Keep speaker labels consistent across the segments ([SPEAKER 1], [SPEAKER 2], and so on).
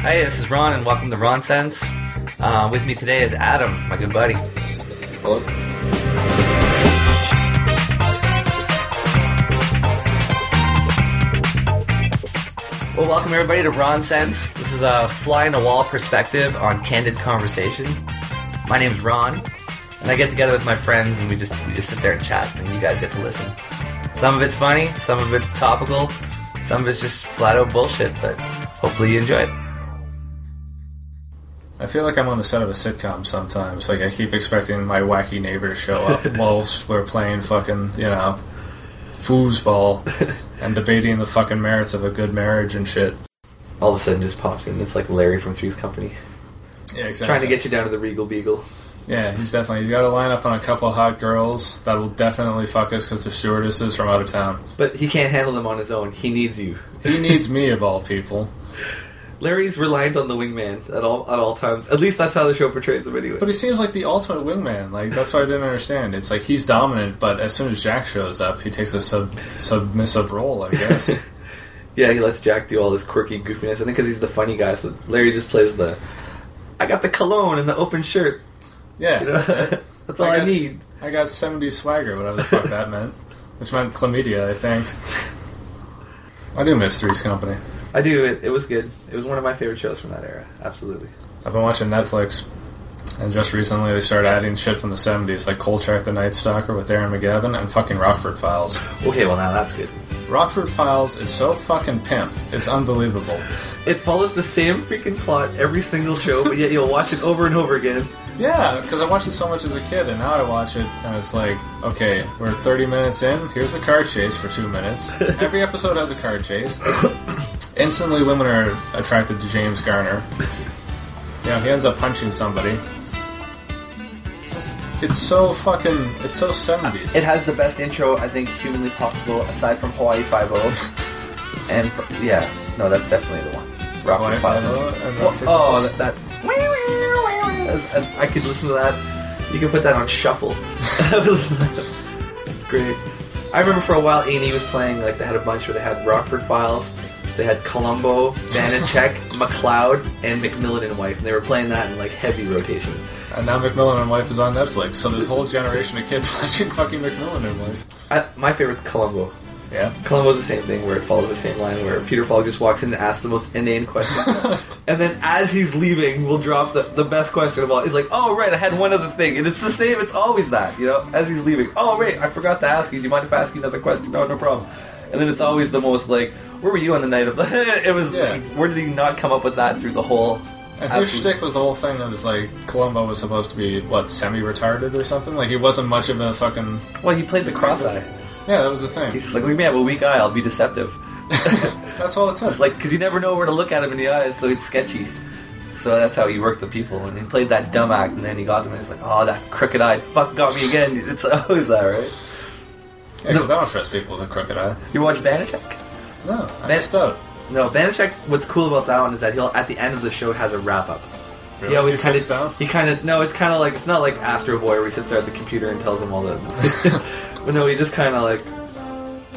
[SPEAKER 1] Hey, this is Ron, and welcome to Ron Sense. Uh, with me today is Adam, my good buddy.
[SPEAKER 2] Hello?
[SPEAKER 1] Well, welcome everybody to Ron Sense. This is a fly in the wall perspective on candid conversation. My name's Ron, and I get together with my friends, and we just we just sit there and chat, and you guys get to listen. Some of it's funny, some of it's topical, some of it's just flat out bullshit. But hopefully you enjoy it.
[SPEAKER 2] I feel like I'm on the set of a sitcom sometimes. Like, I keep expecting my wacky neighbor to show up whilst we're playing fucking, you know, foosball and debating the fucking merits of a good marriage and shit.
[SPEAKER 1] All of a sudden, just pops in. It's like Larry from Three's Company
[SPEAKER 2] Yeah, exactly.
[SPEAKER 1] trying to get you down to the Regal Beagle.
[SPEAKER 2] Yeah, he's definitely. He's got to line up on a couple hot girls that will definitely fuck us because they're stewardesses from out of town.
[SPEAKER 1] But he can't handle them on his own. He needs you.
[SPEAKER 2] He needs me, of all people.
[SPEAKER 1] Larry's reliant on the wingman at all at all times. At least that's how the show portrays him, anyway.
[SPEAKER 2] But he seems like the ultimate wingman. Like, that's what I didn't understand. It's like he's dominant, but as soon as Jack shows up, he takes a sub- submissive role, I guess.
[SPEAKER 1] Yeah, he lets Jack do all this quirky goofiness. I think because he's the funny guy, so Larry just plays the I got the cologne and the open shirt.
[SPEAKER 2] Yeah,
[SPEAKER 1] You know,
[SPEAKER 2] that's it.
[SPEAKER 1] that's, all I,
[SPEAKER 2] got-
[SPEAKER 1] need.
[SPEAKER 2] I got 70 swagger, whatever the fuck that meant. Which meant chlamydia, I think. I do miss Three's Company.
[SPEAKER 1] I do. It, it was good. It was one of my favorite shows from that era. Absolutely.
[SPEAKER 2] I've been watching Netflix, and just recently they started adding shit from the 70s, like Kolchak the Night Stalker with Aaron McGavin and fucking Rockford Files.
[SPEAKER 1] Okay, well now that's good.
[SPEAKER 2] Rockford Files is so fucking pimp, it's unbelievable.
[SPEAKER 1] It follows the same freaking plot every single show, but yet you'll watch it over and over again.
[SPEAKER 2] Yeah, because I watched it so much as a kid, and now I watch it, and it's like, okay, we're 30 minutes in. Here's the car chase for two minutes. Every episode has a car chase. Instantly, women are attracted to James Garner. You know, he ends up punching somebody. Just, it's so fucking, it's so 70s.
[SPEAKER 1] It has the best intro I think humanly possible, aside from Hawaii Five O. and yeah, no, that's definitely the one. Rock
[SPEAKER 2] Hawaii Five-O and
[SPEAKER 1] Well,
[SPEAKER 2] Rockford
[SPEAKER 1] oh,
[SPEAKER 2] Files.
[SPEAKER 1] that, that- I could listen to that. You can put that on shuffle. it's great. I remember for a while, A&E was playing like they had a bunch where they had Rockford Files, they had Columbo, Vanacek, McLeod, and McMillan and Wife, and they were playing that in like heavy rotation.
[SPEAKER 2] And now McMillan and Wife is on Netflix, so this whole generation of kids watching fucking McMillan and Wife.
[SPEAKER 1] I, my favorite's Columbo.
[SPEAKER 2] Yeah.
[SPEAKER 1] Columbo's the same thing where it follows the same line where Peter Falk just walks in and asks the most inane question. and then as he's leaving, we'll drop the, the best question of all. He's like, oh, right, I had one other thing. And it's the same, it's always that, you know, as he's leaving. Oh, right, I forgot to ask you. Do you mind if I ask you another question? No, no problem. And then it's always the most like, where were you on the night of the. it was
[SPEAKER 2] Yeah.
[SPEAKER 1] like, where did he not come up with that through the whole.
[SPEAKER 2] And his
[SPEAKER 1] Absolutely.
[SPEAKER 2] shtick was the whole thing that was like Columbo was supposed to be what semi-retarded or something. Like he wasn't much of a fucking
[SPEAKER 1] Well, he played the cross eye.
[SPEAKER 2] yeah. That was the thing.
[SPEAKER 1] He's just like, look at me, I have a weak eye, I'll be deceptive.
[SPEAKER 2] That's all it took.
[SPEAKER 1] It's like because you never know where to look at him in the eyes, so it's sketchy. So that's how he worked the people, and he played that dumb act, and then he got them, and it's like, oh, that crooked-eyed fuck got me again. It's always that, right?
[SPEAKER 2] because I don't trust people with a crooked eye.
[SPEAKER 1] You watch Banachek?
[SPEAKER 2] No, I
[SPEAKER 1] Man-
[SPEAKER 2] missed out.
[SPEAKER 1] No, Banachek. What's cool about that one is that he'll at the end of the show has a wrap up.
[SPEAKER 2] Really?
[SPEAKER 1] He always kind
[SPEAKER 2] sits down.
[SPEAKER 1] of he kind of no, it's kind of like it's not like Astro Boy where he sits there at the computer and tells him all the. but no, he just kind of like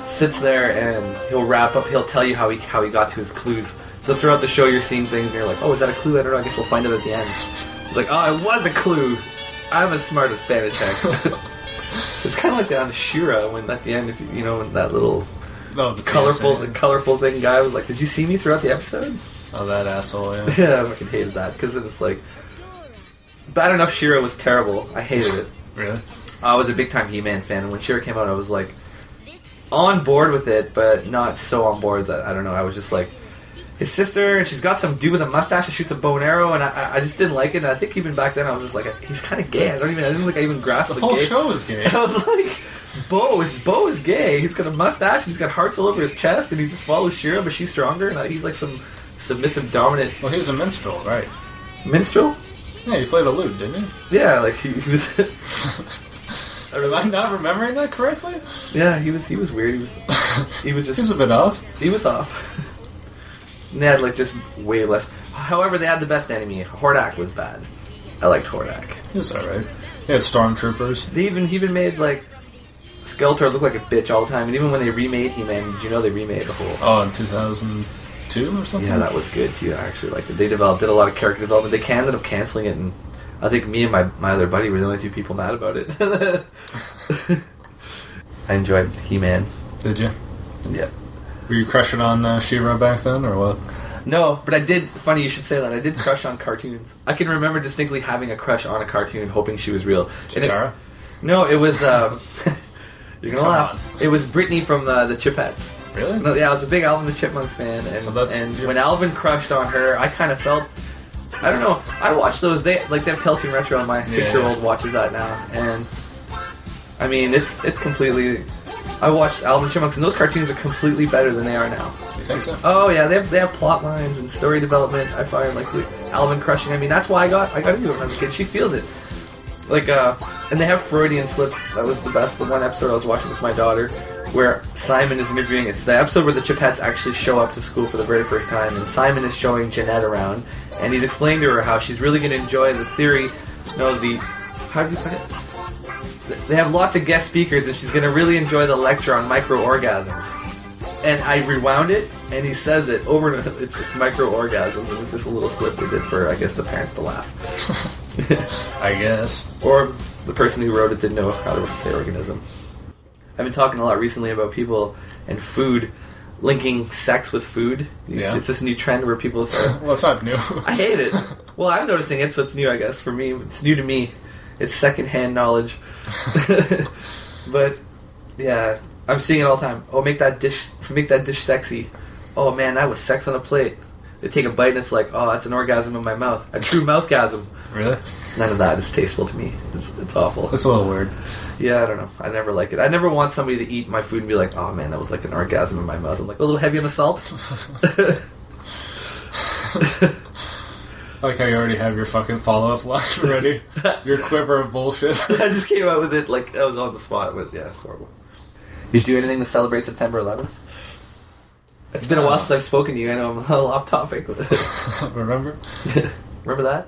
[SPEAKER 1] sits there and he'll wrap up. He'll tell you how he how he got to his clues. So throughout the show, you're seeing things and you're like, oh, is that a clue? I don't know. I guess we'll find out at the end. It's like, oh, it was a clue. I'm as smart as Banachek. it's kind of like that on Shira when at the end, if you, you know, when that little
[SPEAKER 2] Oh, the
[SPEAKER 1] colorful, the
[SPEAKER 2] PSA.
[SPEAKER 1] colorful thing guy was like, "Did you see me throughout the episode?"
[SPEAKER 2] Oh, that asshole. Yeah.
[SPEAKER 1] Yeah, I fucking hated that because it's like bad enough. Shira was terrible. I hated it.
[SPEAKER 2] really?
[SPEAKER 1] I was a big time He-Man fan, and when Shira came out, I was like on board with it, but not so on board that I don't know. I was just like his sister, and she's got some dude with a mustache that shoots a bow and arrow, and I- I, I just didn't like it. And I think even back then, I was just like, he's kind of gay. I don't even. I didn't think I even grasped
[SPEAKER 2] The
[SPEAKER 1] the
[SPEAKER 2] whole
[SPEAKER 1] gay-
[SPEAKER 2] show was gay.
[SPEAKER 1] I was like, Bo is Bo is gay. He's got a mustache. and He's got hearts all over his chest, and he just follows Shira, but she's stronger. And uh, he's like some submissive, dominant
[SPEAKER 2] Well, he was a minstrel, right?
[SPEAKER 1] minstrel.
[SPEAKER 2] Yeah, he played a lute, didn't he?
[SPEAKER 1] Yeah, like he, he was.
[SPEAKER 2] Am I not remembering that correctly?
[SPEAKER 1] yeah, he was. He was weird. He was. He was just.
[SPEAKER 2] He's a bit off.
[SPEAKER 1] He was off. and they had like just way less. However, they had the best enemy. Hordak was bad. I liked Hordak.
[SPEAKER 2] He was all right. He had stormtroopers.
[SPEAKER 1] They even he even made like Skeletor look like a bitch all the time. And even when they remade He-Man, did you know they remade the whole?
[SPEAKER 2] Oh, in 2000. two or something.
[SPEAKER 1] Yeah, that was good too. I actually liked it. They developed did a lot of character development. They can ended up canceling it, and I think me and my my other buddy were the only two people mad about it. I enjoyed He Man.
[SPEAKER 2] Did you?
[SPEAKER 1] Yeah.
[SPEAKER 2] Were you crushing on uh, Shira back then, or what?
[SPEAKER 1] No, but I did. Funny you should say that. I did crush on cartoons. I can remember distinctly having a crush on a cartoon, hoping she was real. And it-
[SPEAKER 2] Chitara?
[SPEAKER 1] no, it was. Um, you're gonna
[SPEAKER 2] Come
[SPEAKER 1] laugh. It was Britney from uh, the the Chipettes.
[SPEAKER 2] Really?
[SPEAKER 1] No, yeah, I was a big Alvin the Chipmunks fan, and,
[SPEAKER 2] So that's-
[SPEAKER 1] and when Alvin crushed on her, I kind of felt. I don't know. I watched those. They like they have Teletoon Retro, and my six-year-old watches that now, and I mean it's it's completely. I watched Alvin the Chipmunks, and those cartoons are completely better than they are now.
[SPEAKER 2] You think so?
[SPEAKER 1] Oh yeah, they have they have plot lines and story development. I find like with Alvin crushing. I mean, that's why I got I got into it when I was a kid. She feels it. Like uh, and they have Freudian slips. That was the best. The one episode I was watching with my daughter, where Simon is interviewing. It's the episode where the Chipettes actually show up to school for the very first time, and Simon is showing Jeanette around, and he's explaining to her how she's really going to enjoy the theory. No, the how do you put it? They have lots of guest speakers, and she's going to really enjoy the lecture on microorgasms and I rewound it, and he says it over and over. It's, it's micro orgasms, and it's just a little slip they did for, I guess, the parents to laugh.
[SPEAKER 2] I guess.
[SPEAKER 1] or the person who wrote it didn't know how to say organism. I've been talking a lot recently about people and food linking sex with food.
[SPEAKER 2] Yeah.
[SPEAKER 1] It's this new trend where people start.
[SPEAKER 2] Well, it's not new.
[SPEAKER 1] I hate it. Well, I'm noticing it, so it's new, I guess, for me. It's new to me. It's secondhand knowledge. but yeah, I'm seeing it all the time. Oh, make that dish, make that dish sexy. Oh man, that was sex on a plate. They take a bite and it's like, oh, that's an orgasm in my mouth, a true mouthgasm.
[SPEAKER 2] really?
[SPEAKER 1] None of that is tasteful to me. It's, it's awful.
[SPEAKER 2] That's a little weird.
[SPEAKER 1] Yeah, I don't know. I never like it. I never want somebody to eat my food and be like, oh man, that was like an orgasm in my mouth. I'm like a little heavy on the salt.
[SPEAKER 2] I like how you already have your fucking follow up line ready. your quiver of bullshit.
[SPEAKER 1] I just came out with it like I was on the spot. But yeah, it's horrible. Did you do anything to celebrate September 11th? It's been a
[SPEAKER 2] No.
[SPEAKER 1] while since I've spoken to you. I know I'm a little off topic. But
[SPEAKER 2] Remember?
[SPEAKER 1] remember that?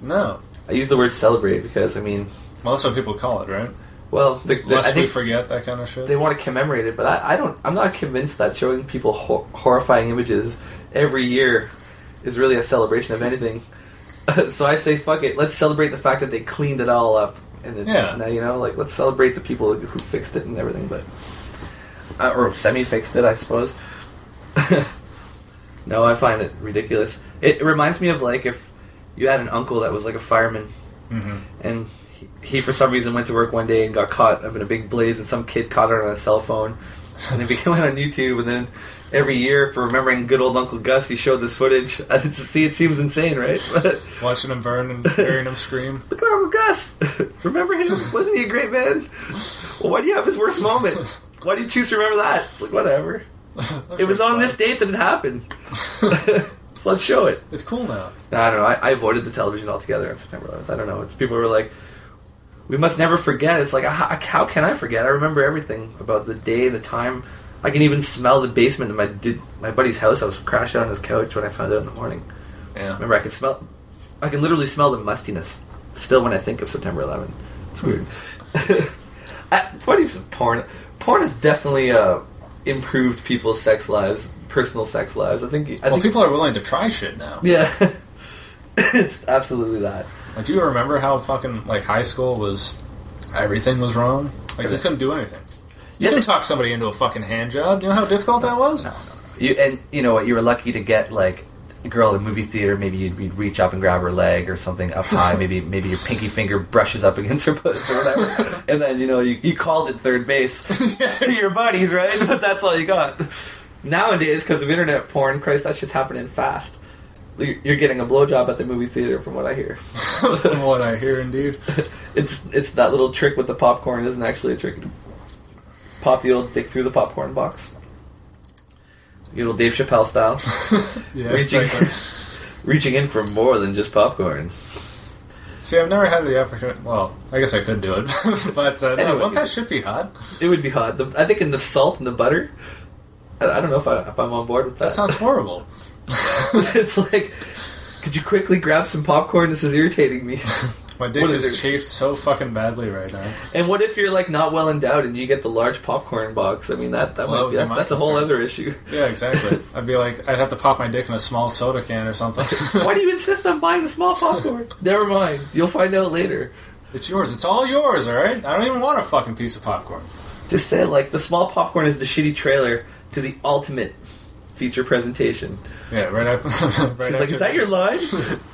[SPEAKER 2] No.
[SPEAKER 1] I use the word celebrate because I mean,
[SPEAKER 2] Well, that's what people call it, right?
[SPEAKER 1] well, the, the- I
[SPEAKER 2] Lest we
[SPEAKER 1] think
[SPEAKER 2] forget that kind of shit.
[SPEAKER 1] they want to commemorate it, but I, I don't. I'm not convinced that showing people hor- horrifying images every year is really a celebration of anything. so I say, fuck it. Let's celebrate the fact that they cleaned it all up, and it's,
[SPEAKER 2] Yeah.
[SPEAKER 1] now you know, like let's celebrate the people who fixed it and everything, but uh, or semi fixed it, I suppose. no, I find it ridiculous. It, it reminds me of like if you had an uncle that was like a fireman
[SPEAKER 2] hmm
[SPEAKER 1] and he, he for some reason went to work one day and got caught up in a big blaze and some kid caught it on a cell phone and it became on youtube and then every year for remembering good old uncle gus he showed this footage and it's, see it seems insane right but
[SPEAKER 2] Watching them burn and hearing them scream.
[SPEAKER 1] look at uncle gus remember him wasn't he a great man well why do you have his worst moment why do you choose to remember that it's like whatever it was on this date that it happened so let's show it
[SPEAKER 2] It's cool now.
[SPEAKER 1] I don't know. I, I avoided the television altogether on September 11th. I don't know. It's, people were like, "We must never forget." It's like, how, how can I forget? I remember everything about the day, the time. I can even smell the basement of my dude, my buddy's house. I was crashed out on his couch when I found out in the morning.
[SPEAKER 2] Yeah.
[SPEAKER 1] Remember, I could smell. I can literally smell the mustiness still when I think of September 11th. It's weird. I, what if porn? Porn has definitely uh, improved people's sex lives, personal sex lives. I think. I
[SPEAKER 2] Well,
[SPEAKER 1] think
[SPEAKER 2] people are willing to try shit now.
[SPEAKER 1] yeah. it's absolutely that.
[SPEAKER 2] Like, do you remember how fucking like high school was? Everything was wrong. Like you couldn't do anything. You
[SPEAKER 1] Yeah,
[SPEAKER 2] can
[SPEAKER 1] they-
[SPEAKER 2] talk somebody into a fucking hand job. You know how difficult that was?
[SPEAKER 1] No, no, no. You and you know what? You were lucky to get like a girl at a movie theater. Maybe you'd, you'd reach up and grab her leg or something up high. maybe maybe your pinky finger brushes up against her puss or whatever. and then you know you, you called it third base to your buddies, right? But that's all you got. Nowadays, because of internet porn, Christ, that shit's happening fast. You're you're getting a blowjob at the movie theater, from what I hear.
[SPEAKER 2] From what I hear, indeed.
[SPEAKER 1] It's it's that little trick with the popcorn isn't actually a trick. Pop the old dick through the popcorn box. You know, Dave Chappelle style.
[SPEAKER 2] Yeah,
[SPEAKER 1] reaching,
[SPEAKER 2] exactly.
[SPEAKER 1] reaching in for more than just popcorn.
[SPEAKER 2] See, I've never had the opportunity. Well, I guess I could do it, but uh, no,
[SPEAKER 1] Anyway.
[SPEAKER 2] won't that shit be hot?
[SPEAKER 1] It would be hot. The, I think in the salt and the butter. I, I don't know if, I, if I'm on board with that.
[SPEAKER 2] That sounds horrible.
[SPEAKER 1] it's like, could you quickly grab some popcorn? This is irritating me.
[SPEAKER 2] My dick
[SPEAKER 1] What is
[SPEAKER 2] is
[SPEAKER 1] it?
[SPEAKER 2] chafed so fucking badly right now.
[SPEAKER 1] And what if you're like not well endowed and you get the large popcorn box? I mean, that that
[SPEAKER 2] Well,
[SPEAKER 1] might be
[SPEAKER 2] that would be my
[SPEAKER 1] that's a whole
[SPEAKER 2] concern.
[SPEAKER 1] other issue.
[SPEAKER 2] Yeah, exactly. I'd be like, I'd have to pop my dick in a small soda can or something.
[SPEAKER 1] Why do you insist on buying the small popcorn? Never mind, you'll find out later.
[SPEAKER 2] It's yours. It's all yours, alright? I don't even want a fucking piece of popcorn.
[SPEAKER 1] Just say like the small popcorn is the shitty trailer to the ultimate feature presentation.
[SPEAKER 2] Yeah, right after.
[SPEAKER 1] She's
[SPEAKER 2] right
[SPEAKER 1] like,
[SPEAKER 2] after-
[SPEAKER 1] is that your line?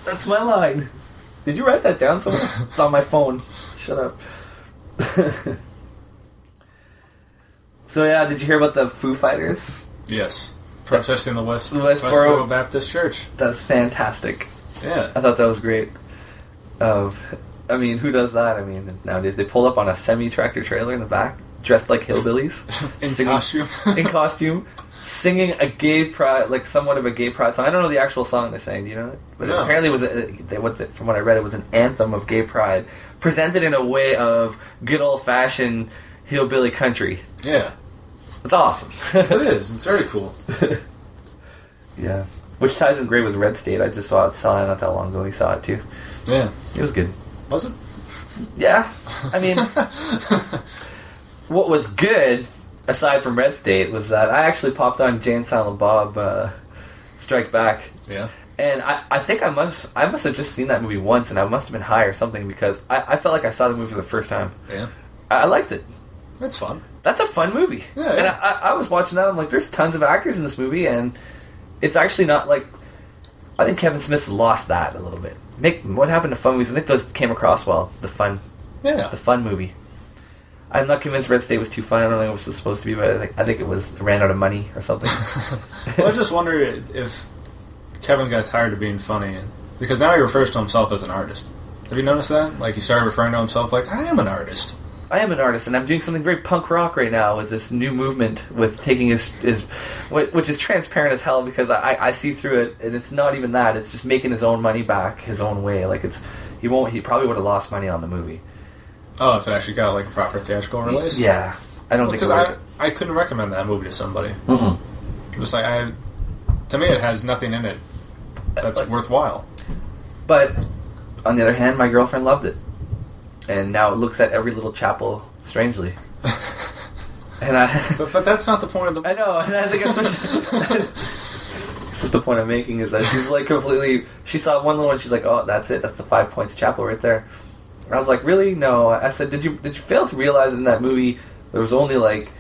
[SPEAKER 1] That's my line. Did you write that down somewhere? it's on my phone. Shut up. so yeah, did you hear about the Foo Fighters?
[SPEAKER 2] Yes. Protesting the West,
[SPEAKER 1] The Westboro-
[SPEAKER 2] Westboro Baptist Church.
[SPEAKER 1] That's fantastic.
[SPEAKER 2] Yeah.
[SPEAKER 1] I thought that was great. Of, I mean, who does that? I mean, nowadays they pull up on a semi tractor trailer in the back, dressed like hillbillies,
[SPEAKER 2] In
[SPEAKER 1] singing-
[SPEAKER 2] costume.
[SPEAKER 1] in costume, singing a gay pride, like somewhat of a gay pride song. I don't know the actual song they sang. Do you know it? But
[SPEAKER 2] No.
[SPEAKER 1] apparently, it was a, they, what the, from what I read, it was an anthem of gay pride, presented in a way of good old fashioned hillbilly country.
[SPEAKER 2] yeah.
[SPEAKER 1] It's awesome.
[SPEAKER 2] It is. It's very cool.
[SPEAKER 1] yeah. Which ties in great with Red State. I just saw it selling not that long ago. He saw it too.
[SPEAKER 2] Yeah.
[SPEAKER 1] It was good.
[SPEAKER 2] Was it?
[SPEAKER 1] Yeah. I mean, what was good, aside from Red State, was that I actually popped on Jane Silent Bob uh, Strike Back.
[SPEAKER 2] yeah.
[SPEAKER 1] And I, I think I must I must have just seen that movie once and I must have been high or something because I, I felt like I saw the movie for the first time.
[SPEAKER 2] Yeah.
[SPEAKER 1] I, I liked it.
[SPEAKER 2] That's fun.
[SPEAKER 1] That's a fun movie.
[SPEAKER 2] Yeah,
[SPEAKER 1] And
[SPEAKER 2] yeah.
[SPEAKER 1] I, I, I was watching that, I'm like, there's tons of actors in this movie and it's actually not like I think Kevin Smith's lost that a little bit. Nick what happened to fun movies? I think those came across well, the fun
[SPEAKER 2] Yeah.
[SPEAKER 1] the fun movie. I'm not convinced Red State was too fun. I don't know what it was supposed to be, but I think, I think it was it ran out of money or something.
[SPEAKER 2] well, I just wonder if Kevin got tired of being funny because now he refers to himself as an artist. Have you noticed that? Like he started referring to himself like I am an artist.
[SPEAKER 1] I am an artist, and I'm doing something very punk rock right now with this new movement with taking his, his whi- which is transparent as hell because I, I see through it, and it's not even that. It's just making his own money back his own way. Like it's he won't he probably would have lost money on the movie.
[SPEAKER 2] Oh, if it actually got like a proper theatrical release.
[SPEAKER 1] Yeah, I don't think.
[SPEAKER 2] Because
[SPEAKER 1] It
[SPEAKER 2] I
[SPEAKER 1] would've-
[SPEAKER 2] I couldn't recommend that movie to somebody.
[SPEAKER 1] Mm-mm.
[SPEAKER 2] Just like I, to me, it has nothing in it that's
[SPEAKER 1] Like-
[SPEAKER 2] worthwhile.
[SPEAKER 1] But on the other hand, my girlfriend loved it, and now it looks at every little chapel strangely. And I,
[SPEAKER 2] But, but that's not the point of the.
[SPEAKER 1] I know, and I think it's such. this is the point I'm making is that she's like completely. She saw one little one. She's like, "Oh, that's it. That's the Five Points Chapel right there." And I was like, "Really? No." I said, "Did you did you fail to realize in that movie there was only like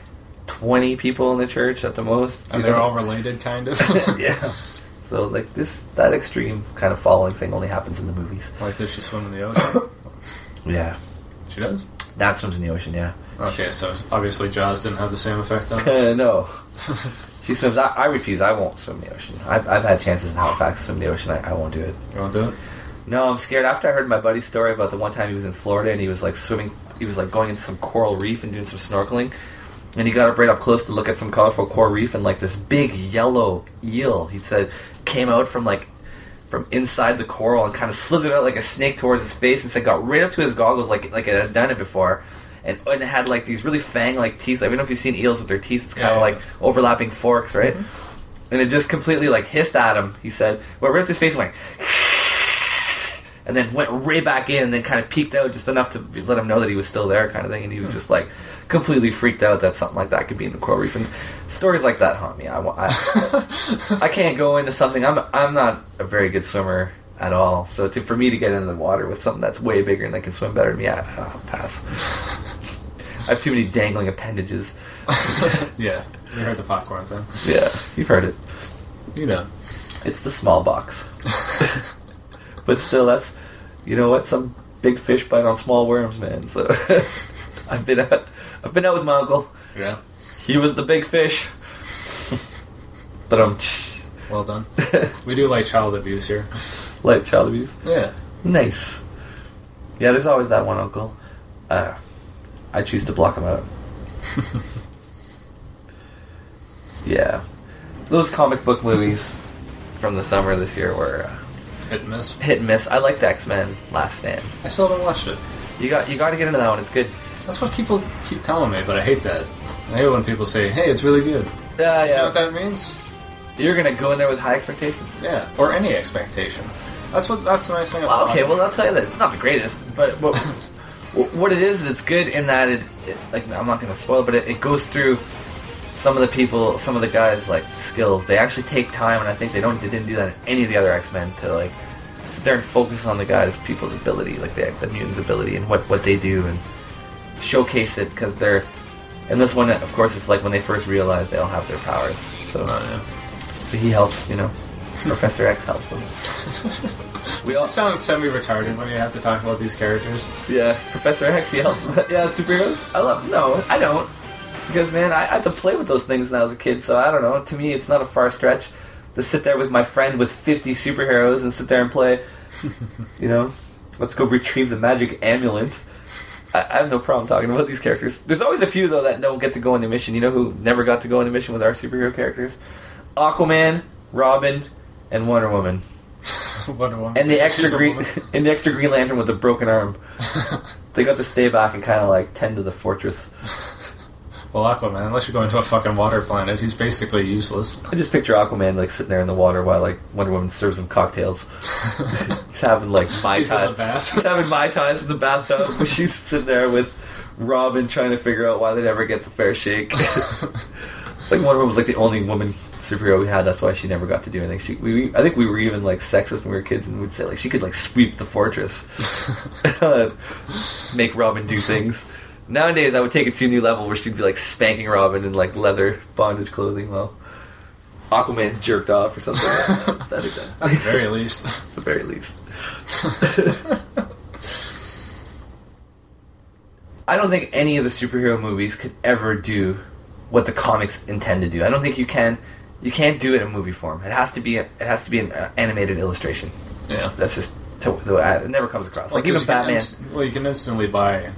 [SPEAKER 1] 20 people in the church at the most?"
[SPEAKER 2] and
[SPEAKER 1] You know?
[SPEAKER 2] they're all related, kind of.
[SPEAKER 1] yeah. So like this that extreme kind of following thing only happens in the movies.
[SPEAKER 2] Like, does she swim in the ocean?
[SPEAKER 1] Yeah.
[SPEAKER 2] She does.
[SPEAKER 1] That swims in the ocean. Yeah.
[SPEAKER 2] Okay, so obviously Jaws didn't have the same effect on. her.
[SPEAKER 1] Uh, no. She swims. I, I refuse. I won't swim the ocean. I've, I've had chances in Halifax to swim the ocean. I, I won't do it.
[SPEAKER 2] You want to do it?
[SPEAKER 1] No, I'm scared. After I heard my buddy's story about the one time he was in Florida and he was like swimming, he was like going into some coral reef and doing some snorkeling, and he got up right up close to look at some colorful coral reef and like this big yellow eel. He said came out from like from inside the coral and kind of slithered out like a snake towards his face and said got right up to his goggles like like it had done it before. And, and it had like these really fang like teeth. I don't know if you've seen eels with their teeth. It's kind
[SPEAKER 2] Yeah,
[SPEAKER 1] of
[SPEAKER 2] yeah.
[SPEAKER 1] like overlapping forks, right? And it just completely like hissed at him. He said, "Well, ripped his face and like, and then went right back in and then kind of peeked out just enough to let him know that he was still there kind of thing and he was just like completely freaked out that something like that could be in the coral reef and stories like that haunt me I, wa- I, I can't go into something I'm, I'm not a very good swimmer at all so to, for me to get into the water with something that's way bigger and that can swim better than me I, I'll pass I have too many dangling appendages
[SPEAKER 2] yeah, you heard the popcorn thing.
[SPEAKER 1] yeah you've heard it
[SPEAKER 2] You know.
[SPEAKER 1] It's the small box. but still, that's you know what? Some big fish bite on small worms, man. So I've been out. I've been out with my uncle.
[SPEAKER 2] Yeah.
[SPEAKER 1] He was the big fish. but I'm
[SPEAKER 2] Well done. we do like child abuse here.
[SPEAKER 1] like child abuse.
[SPEAKER 2] Yeah.
[SPEAKER 1] Nice. Yeah, there's always that one uncle. Uh, I choose to block him out. yeah, those comic book movies from the summer this year were. Uh,
[SPEAKER 2] Hit and miss.
[SPEAKER 1] hit and miss. I liked X Men Last Stand.
[SPEAKER 2] I still haven't watched it.
[SPEAKER 1] You got you got to get into that one. It's good.
[SPEAKER 2] That's what people keep telling me, but I hate that. I hate when people say, hey, it's really good.
[SPEAKER 1] Yeah,
[SPEAKER 2] You know what
[SPEAKER 1] yeah.
[SPEAKER 2] that means?
[SPEAKER 1] You're gonna go in there with high expectations.
[SPEAKER 2] Yeah. Or any expectation. That's what. That's the nice thing about
[SPEAKER 1] Well, okay,
[SPEAKER 2] watching
[SPEAKER 1] well I'll tell you that it's not the greatest, but what what it is is it's good in that it, it like I'm not gonna spoil, but it, it goes through some of the people, some of the guys like skills. They actually take time, and I think they don't they didn't do that in any of the other X Men to like sit there and focus on the guys' people's ability, like the the mutants' ability and what what they do and showcase it because they're. And this one, of course, it's like when they first realize they don't have their powers. So,
[SPEAKER 2] Oh,
[SPEAKER 1] so he helps, you know. Professor X helps them.
[SPEAKER 2] yeah. You sound semi-retarded when you have to talk about these characters.
[SPEAKER 1] Yeah, Professor X, he helps. yeah, superheroes. I love. No, I don't. Because man, I, I had to play with those things when I was a kid, so I don't know. To me, it's not a far stretch to sit there with my friend with fifty superheroes and sit there and play. you know, let's go retrieve the magic amulet. I, I have no problem talking about these characters. There's always a few though that don't get to go on a mission. You know who never got to go on a mission with our superhero characters? Aquaman, Robin, and Wonder Woman,
[SPEAKER 2] Wonder Woman.
[SPEAKER 1] and the extra
[SPEAKER 2] She's a
[SPEAKER 1] green
[SPEAKER 2] woman.
[SPEAKER 1] and the extra Green Lantern with the broken arm. They got to stay back and kind of like tend to the fortress.
[SPEAKER 2] well, Aquaman. Unless you go into a fucking water planet, he's basically useless.
[SPEAKER 1] I just picture Aquaman like sitting there in the water while like Wonder Woman serves him cocktails. He's having like my
[SPEAKER 2] He's in the
[SPEAKER 1] ties.
[SPEAKER 2] bath.
[SPEAKER 1] He's having my ties in the bathtub, but she's sitting there with Robin trying to figure out why they never get the fair shake. like Wonder Woman was like the only woman superhero we had. That's why she never got to do anything. She, we, we- I think we were even like sexist when we were kids, and we'd say like she could like sweep the fortress, Uh, make Robin do things. Nowadays, I would take it to a new level where she'd be like spanking Robin in like leather bondage clothing while Aquaman jerked off or something. That'd be
[SPEAKER 2] At
[SPEAKER 1] done.
[SPEAKER 2] the very least.
[SPEAKER 1] At the very least. I don't think any of the superhero movies could ever do what the comics intend to do. I don't think you can. You can't do it in movie form. It has to be. It has to be an uh, animated illustration.
[SPEAKER 2] Yeah.
[SPEAKER 1] That's just to, the way I- it never comes across. Like,
[SPEAKER 2] Well,
[SPEAKER 1] even
[SPEAKER 2] 'cause you can
[SPEAKER 1] Batman.
[SPEAKER 2] inst- well, you can instantly buy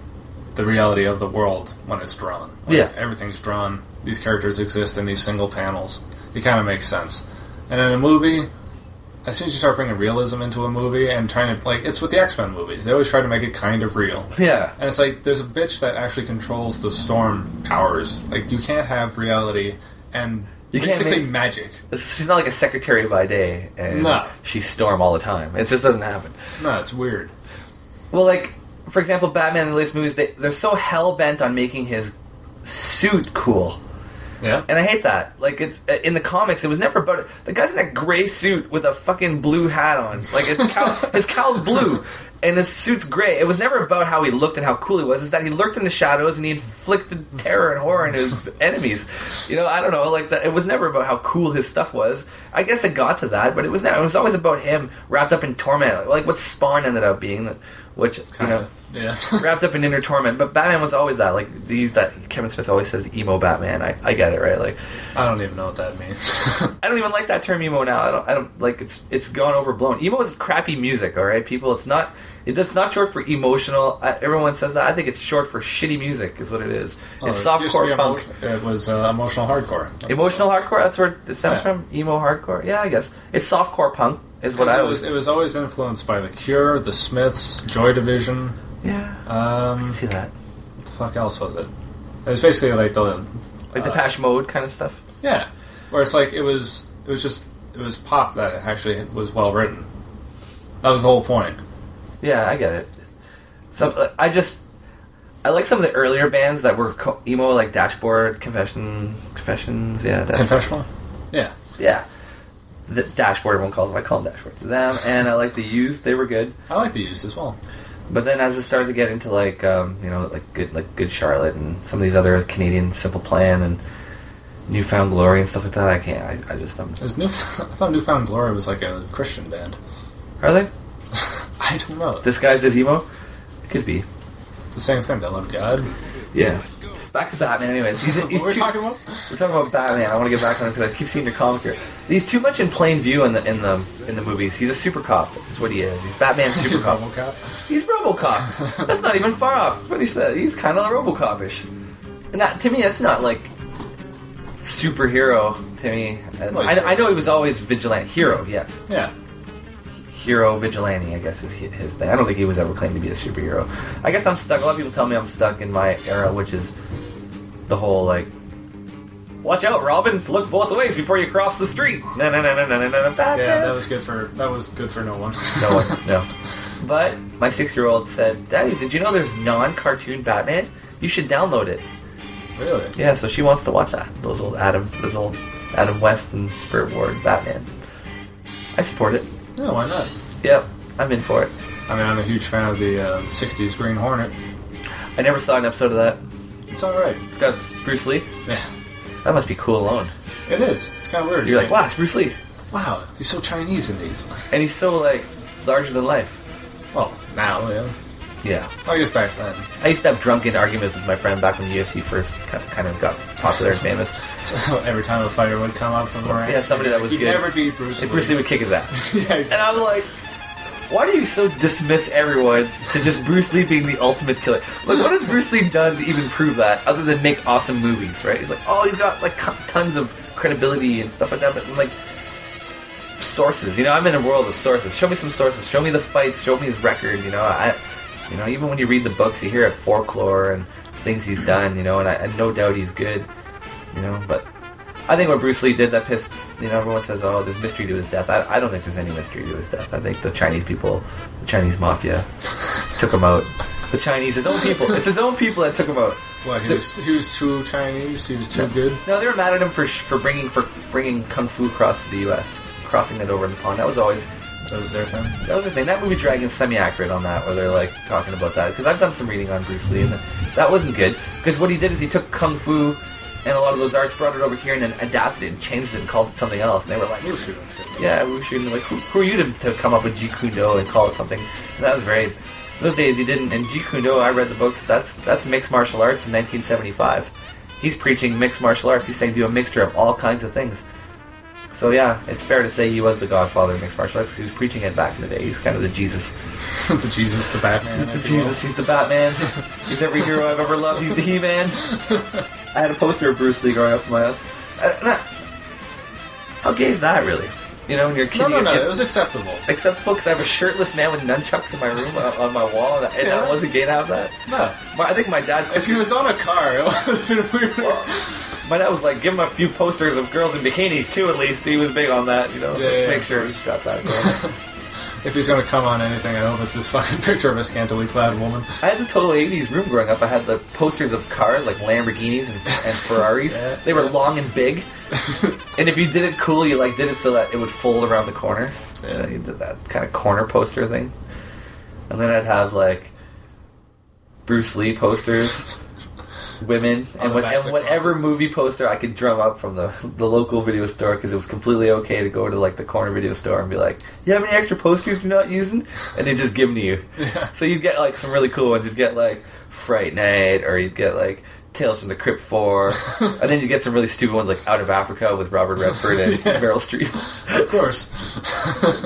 [SPEAKER 2] the reality of the world when it's drawn. Like,
[SPEAKER 1] Yeah.
[SPEAKER 2] everything's drawn. These characters exist in these single panels. It kind of makes sense. And in a movie, as soon as you start bringing realism into a movie and trying to like, it's with the X Men movies. They always try to make it kind of real.
[SPEAKER 1] yeah.
[SPEAKER 2] And it's like there's a bitch that actually controls the storm powers. Like you can't have reality and
[SPEAKER 1] You can't
[SPEAKER 2] basically
[SPEAKER 1] make-
[SPEAKER 2] magic.
[SPEAKER 1] She's not like a secretary by day and
[SPEAKER 2] No.
[SPEAKER 1] she's Storm all the time. It just doesn't happen.
[SPEAKER 2] No, it's weird.
[SPEAKER 1] Well, like for example, Batman in the latest movies, they, they're so hell bent on making his suit cool,
[SPEAKER 2] Yeah.
[SPEAKER 1] and I hate that. Like it's uh, in the comics, it was never about the guy's in a gray suit with a fucking blue hat on. Like his cow, his cow's blue, and his suit's gray. It was never about how he looked and how cool he was. It's that he lurked in the shadows and he inflicted terror and horror on his enemies. You know, I don't know. Like that, it was never about how cool his stuff was. I guess it got to that, but it was never. It was always about him wrapped up in torment, like what Spawn ended up being. Which
[SPEAKER 2] Kind
[SPEAKER 1] you know
[SPEAKER 2] of. Yeah.
[SPEAKER 1] wrapped up in inner torment. But Batman was always that. Like these that Kevin Smith always says emo Batman. I, I get it right. Like
[SPEAKER 2] I don't even know what that means.
[SPEAKER 1] I don't even like that term emo now. I don't I don't like it's it's gone overblown. Emo is crappy music. All right, people. It's not it, that's not short for emotional. I, everyone says that. I think it's short for shitty music. Is what it is.
[SPEAKER 2] Oh,
[SPEAKER 1] it's
[SPEAKER 2] it used to be
[SPEAKER 1] softcore
[SPEAKER 2] emo-
[SPEAKER 1] punk.
[SPEAKER 2] It was uh, emotional hardcore. That's
[SPEAKER 1] Emotional
[SPEAKER 2] what
[SPEAKER 1] hardcore. That's where it stems
[SPEAKER 2] Yeah.
[SPEAKER 1] from. Emo hardcore. Yeah, I guess it's softcore punk. Is
[SPEAKER 2] it was.
[SPEAKER 1] what
[SPEAKER 2] 'Cause
[SPEAKER 1] I
[SPEAKER 2] it was.
[SPEAKER 1] was.
[SPEAKER 2] It was always influenced by The Cure, The Smiths, Joy Division.
[SPEAKER 1] Yeah, I
[SPEAKER 2] Um,
[SPEAKER 1] see that.
[SPEAKER 2] what the fuck else was it? It was basically like the
[SPEAKER 1] Like
[SPEAKER 2] Uh,
[SPEAKER 1] the Pash Mode kind of stuff.
[SPEAKER 2] yeah, where it's like it was. It was just it was pop that actually was well written. That was the whole point.
[SPEAKER 1] Yeah, I get it. Some I just I like some of the earlier bands that were co- emo, like Dashboard, Confession, Confessions. Yeah, that,
[SPEAKER 2] Confessional. Yeah.
[SPEAKER 1] yeah. The Dashboard, everyone calls them. I call them Dashboard to them, and I like the Used. They were good,
[SPEAKER 2] I like the use as well.
[SPEAKER 1] but then as it started to get into like um, you know like good like Good Charlotte and some of these other Canadian Simple Plan and Newfound Glory and stuff like that, I can't. I, I just um,
[SPEAKER 2] It was New. I thought Newfound Glory was like a Christian band.
[SPEAKER 1] are they
[SPEAKER 2] I don't know.
[SPEAKER 1] disguised as emo? It could be.
[SPEAKER 2] It's the same thing. They love God.
[SPEAKER 1] Yeah. Back to Batman, anyways. He's,
[SPEAKER 2] What
[SPEAKER 1] he's
[SPEAKER 2] were we
[SPEAKER 1] too-
[SPEAKER 2] talking about?
[SPEAKER 1] We're talking about Batman. I want to get back on him because I keep seeing your comments here. He's too much in plain view in the in the in the movies. He's a super cop. Is what he is. He's Batman's super cop.
[SPEAKER 2] RoboCop.
[SPEAKER 1] He's RoboCop. That's not even far off. What he said. He's kind of RoboCop-ish. And that to me, that's not like superhero. To me, I, I know he was always vigilante hero. Yes,
[SPEAKER 2] Yeah.
[SPEAKER 1] hero vigilante. I guess is hi- his thing. I don't think he was ever claimed to be a superhero. I guess I'm stuck. A lot of people tell me I'm stuck in my era, which is the whole like Watch out, Robbins! Look both ways before you cross the street. No, no, no, no, no, no, no.
[SPEAKER 2] Yeah, that was good for that was good for no one.
[SPEAKER 1] no one, no. But my six-year-old said, "Daddy, did you know there's non-cartoon Batman? You should download it."
[SPEAKER 2] really?
[SPEAKER 1] Yeah, so she wants to watch that. Those old Adam, those old Adam West and Burt Ward Batman. I support it.
[SPEAKER 2] No, why not?
[SPEAKER 1] Yep, I'm in for it.
[SPEAKER 2] I mean, I'm a huge fan of the uh, '60s Green Hornet.
[SPEAKER 1] I never saw an episode of that.
[SPEAKER 2] It's all right.
[SPEAKER 1] It's got Bruce Lee.
[SPEAKER 2] Yeah,
[SPEAKER 1] That must be cool alone.
[SPEAKER 2] it is. It's kind of weird.
[SPEAKER 1] You're
[SPEAKER 2] It's
[SPEAKER 1] like, wow, it's Bruce Lee,
[SPEAKER 2] wow, he's so Chinese in these.
[SPEAKER 1] and he's so like larger than life.
[SPEAKER 2] Well, now, yeah.
[SPEAKER 1] Yeah.
[SPEAKER 2] I guess back then.
[SPEAKER 1] I used to have drunken arguments with my friend back when the UFC first ki- kind of got popular and famous.
[SPEAKER 2] So every time a fighter would come up from the ranks,
[SPEAKER 1] Yeah, somebody that was
[SPEAKER 2] he'd
[SPEAKER 1] good.
[SPEAKER 2] never beat Bruce Lee.
[SPEAKER 1] And Bruce Lee would kick his ass.
[SPEAKER 2] yeah,
[SPEAKER 1] And
[SPEAKER 2] exactly.
[SPEAKER 1] I'm like, why do you so dismiss everyone to just Bruce Lee being the ultimate killer? Like, what has Bruce Lee done to even prove that, other than make awesome movies, right? He's like, oh, he's got like co- tons of credibility and stuff like that, but like sources. You know, I'm in a world of sources. Show me some sources. Show me the fights. Show me his record. You know, I, you know, even when you read the books, you hear of folklore and things he's done. You know, and I, and no doubt he's good. You know, but I think what Bruce Lee did that pissed. You know, everyone says, "Oh, there's mystery to his death." I, I don't think there's any mystery to his death. I think the Chinese people, the Chinese mafia, took him out. The Chinese, his own people. It's his own people that took him out.
[SPEAKER 2] What? He was, he was too Chinese. He was too good.
[SPEAKER 1] No, they were mad at him for sh- for bringing for bringing kung fu across to the U.S., crossing it over in the pond. That was always
[SPEAKER 2] That was their thing.
[SPEAKER 1] That was the thing. That movie Dragon's semi-accurate on that, where they're like talking about that. Because I've done some reading on Bruce Lee, and that wasn't good. Because what he did is he took kung fu and a lot of those arts, brought it over here, and then adapted it and changed it and called it something else. And they were like,
[SPEAKER 2] We'll shoot him. Shit.
[SPEAKER 1] "Yeah, wushu." And they're like, who, who are you to, to come up with Jeet Kune Do and call it something? And that was very. Those days he didn't. And Jeet Kune Do, I read the books. That's that's mixed martial arts in 1975. He's preaching mixed martial arts. He's saying do a mixture of all kinds of things. So yeah, it's fair to say he was the godfather of mixed martial arts 'cause he was preaching it back in the day. He's kind of the Jesus.
[SPEAKER 2] the Jesus, the Batman.
[SPEAKER 1] He's
[SPEAKER 2] if
[SPEAKER 1] the
[SPEAKER 2] you will.
[SPEAKER 1] Jesus. He's the Batman. he's every hero I've ever loved. He's the He-Man. I had a poster of Bruce Lee growing up in my house. Uh, and I- how gay is that, really? You know, when you're a kid,
[SPEAKER 2] No, no,
[SPEAKER 1] you
[SPEAKER 2] no.
[SPEAKER 1] get-
[SPEAKER 2] It was acceptable.
[SPEAKER 1] Except because I have a shirtless man with nunchucks in my room uh, on my wall, and, I, and
[SPEAKER 2] Yeah.
[SPEAKER 1] I wasn't gay to have that.
[SPEAKER 2] No.
[SPEAKER 1] My, I think my dad.
[SPEAKER 2] If he was on a car, it would have been weird.
[SPEAKER 1] My dad was like, give him a few posters of girls in bikinis too. At least he was big on that, you know.
[SPEAKER 2] Yeah,
[SPEAKER 1] Let's
[SPEAKER 2] yeah,
[SPEAKER 1] make
[SPEAKER 2] of
[SPEAKER 1] sure
[SPEAKER 2] course.
[SPEAKER 1] he's got that. Going.
[SPEAKER 2] if he's gonna come on anything, I hope it's this fucking picture of a scantily clad woman.
[SPEAKER 1] I had the total 80s room growing up. I had the posters of cars like Lamborghinis and, and Ferraris.
[SPEAKER 2] Yeah.
[SPEAKER 1] they were long and big. and if you did it cool, you like did it so that it would fold around the corner.
[SPEAKER 2] Yeah.
[SPEAKER 1] Yeah. You did uh, that kind of corner poster thing. And then I'd have like Bruce Lee posters, women,
[SPEAKER 2] On
[SPEAKER 1] and,
[SPEAKER 2] the
[SPEAKER 1] what,
[SPEAKER 2] back of
[SPEAKER 1] and
[SPEAKER 2] the
[SPEAKER 1] whatever
[SPEAKER 2] closet.
[SPEAKER 1] movie poster I could drum up from the, the local video store because it was completely okay to go to like the corner video store and be like, "You have any extra posters you're not using?" And they just give them to you.
[SPEAKER 2] Yeah.
[SPEAKER 1] So you'd get like some really cool ones. You'd get like Fright Night, or you'd get like Tales from the Crypt Four, and then you get some really stupid ones like Out of Africa with Robert Redford and
[SPEAKER 2] Yeah.
[SPEAKER 1] Meryl Streep.
[SPEAKER 2] Of course.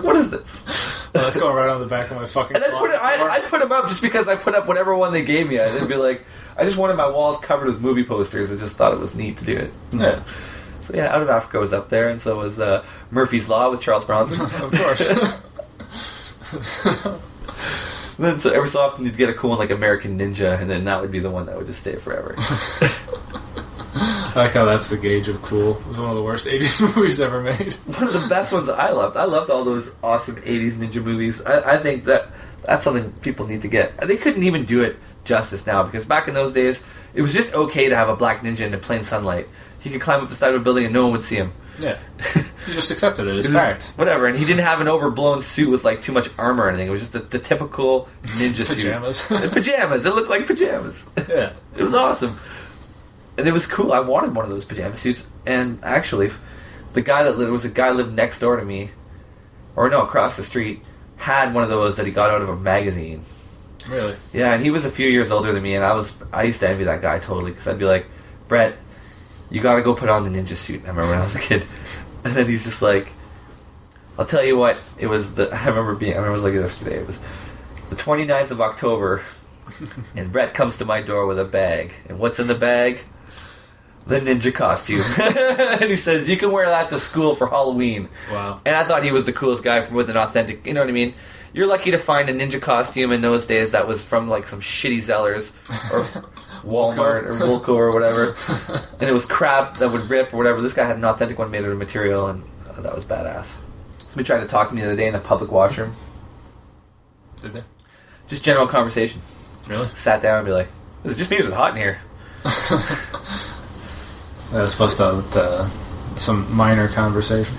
[SPEAKER 1] what is this?
[SPEAKER 2] Well, that's going right on the back of my fucking.
[SPEAKER 1] And I put
[SPEAKER 2] closet
[SPEAKER 1] it, I, I
[SPEAKER 2] door.
[SPEAKER 1] put them up just because I put up whatever one they gave me. I didn't be like, I just wanted my walls covered with movie posters. I just thought it was neat to do it.
[SPEAKER 2] Yeah,
[SPEAKER 1] So yeah, Out of Africa was up there, and so was uh, Murphy's Law with Charles Bronson.
[SPEAKER 2] of course.
[SPEAKER 1] And then so every so often you'd get a cool one like American Ninja, and then that would be the one that would just stay forever.
[SPEAKER 2] I like how that's the gauge of cool. It was one of the worst 80s movies ever made.
[SPEAKER 1] one of the best ones that I loved. I loved all those awesome '80s ninja movies. I, I think that that's something people need to get. They couldn't even do it justice now because back in those days, it was just okay to have a black ninja in the plain sunlight. He could climb up the side of a building and no one would see him.
[SPEAKER 2] Yeah. You just accepted it as
[SPEAKER 1] It was-
[SPEAKER 2] fact.
[SPEAKER 1] Whatever, and he didn't have an overblown suit with like too much armor or anything. It was just the, the typical ninja
[SPEAKER 2] Pajamas.
[SPEAKER 1] suit. pajamas. It looked like pajamas.
[SPEAKER 2] yeah.
[SPEAKER 1] It was awesome. And it was cool. I wanted one of those pajama suits. And actually, the guy that lived, was a guy lived next door to me, or no, across the street, had one of those that he got out of a magazine.
[SPEAKER 2] Really.
[SPEAKER 1] Yeah, and he was a few years older than me, and I was I used to envy that guy totally because I'd be like, Brett, you gotta go put on the ninja suit. I remember when I was a kid, and then he's just like, I'll tell you what, it was the I remember being I remember it was like yesterday. It was the 29th of October, and Brett comes to my door with a bag, and what's in the bag? the ninja costume. and he says, You can wear that to school for Halloween.
[SPEAKER 2] Wow.
[SPEAKER 1] And I thought he was the coolest guy from with an authentic, you know what I mean? You're lucky to find a ninja costume in those days that was from like some shitty Zellers or Walmart or Wilco or whatever. And it was crap that would rip or whatever. This guy had an authentic one made out of material and uh, that was badass. Somebody tried to talk to me the other day in a public washroom.
[SPEAKER 2] Did they?
[SPEAKER 1] Just general conversation.
[SPEAKER 2] Really?
[SPEAKER 1] Sat down and be like, Is it just me or is it hot in here?
[SPEAKER 2] That's supposed to uh, some minor conversation.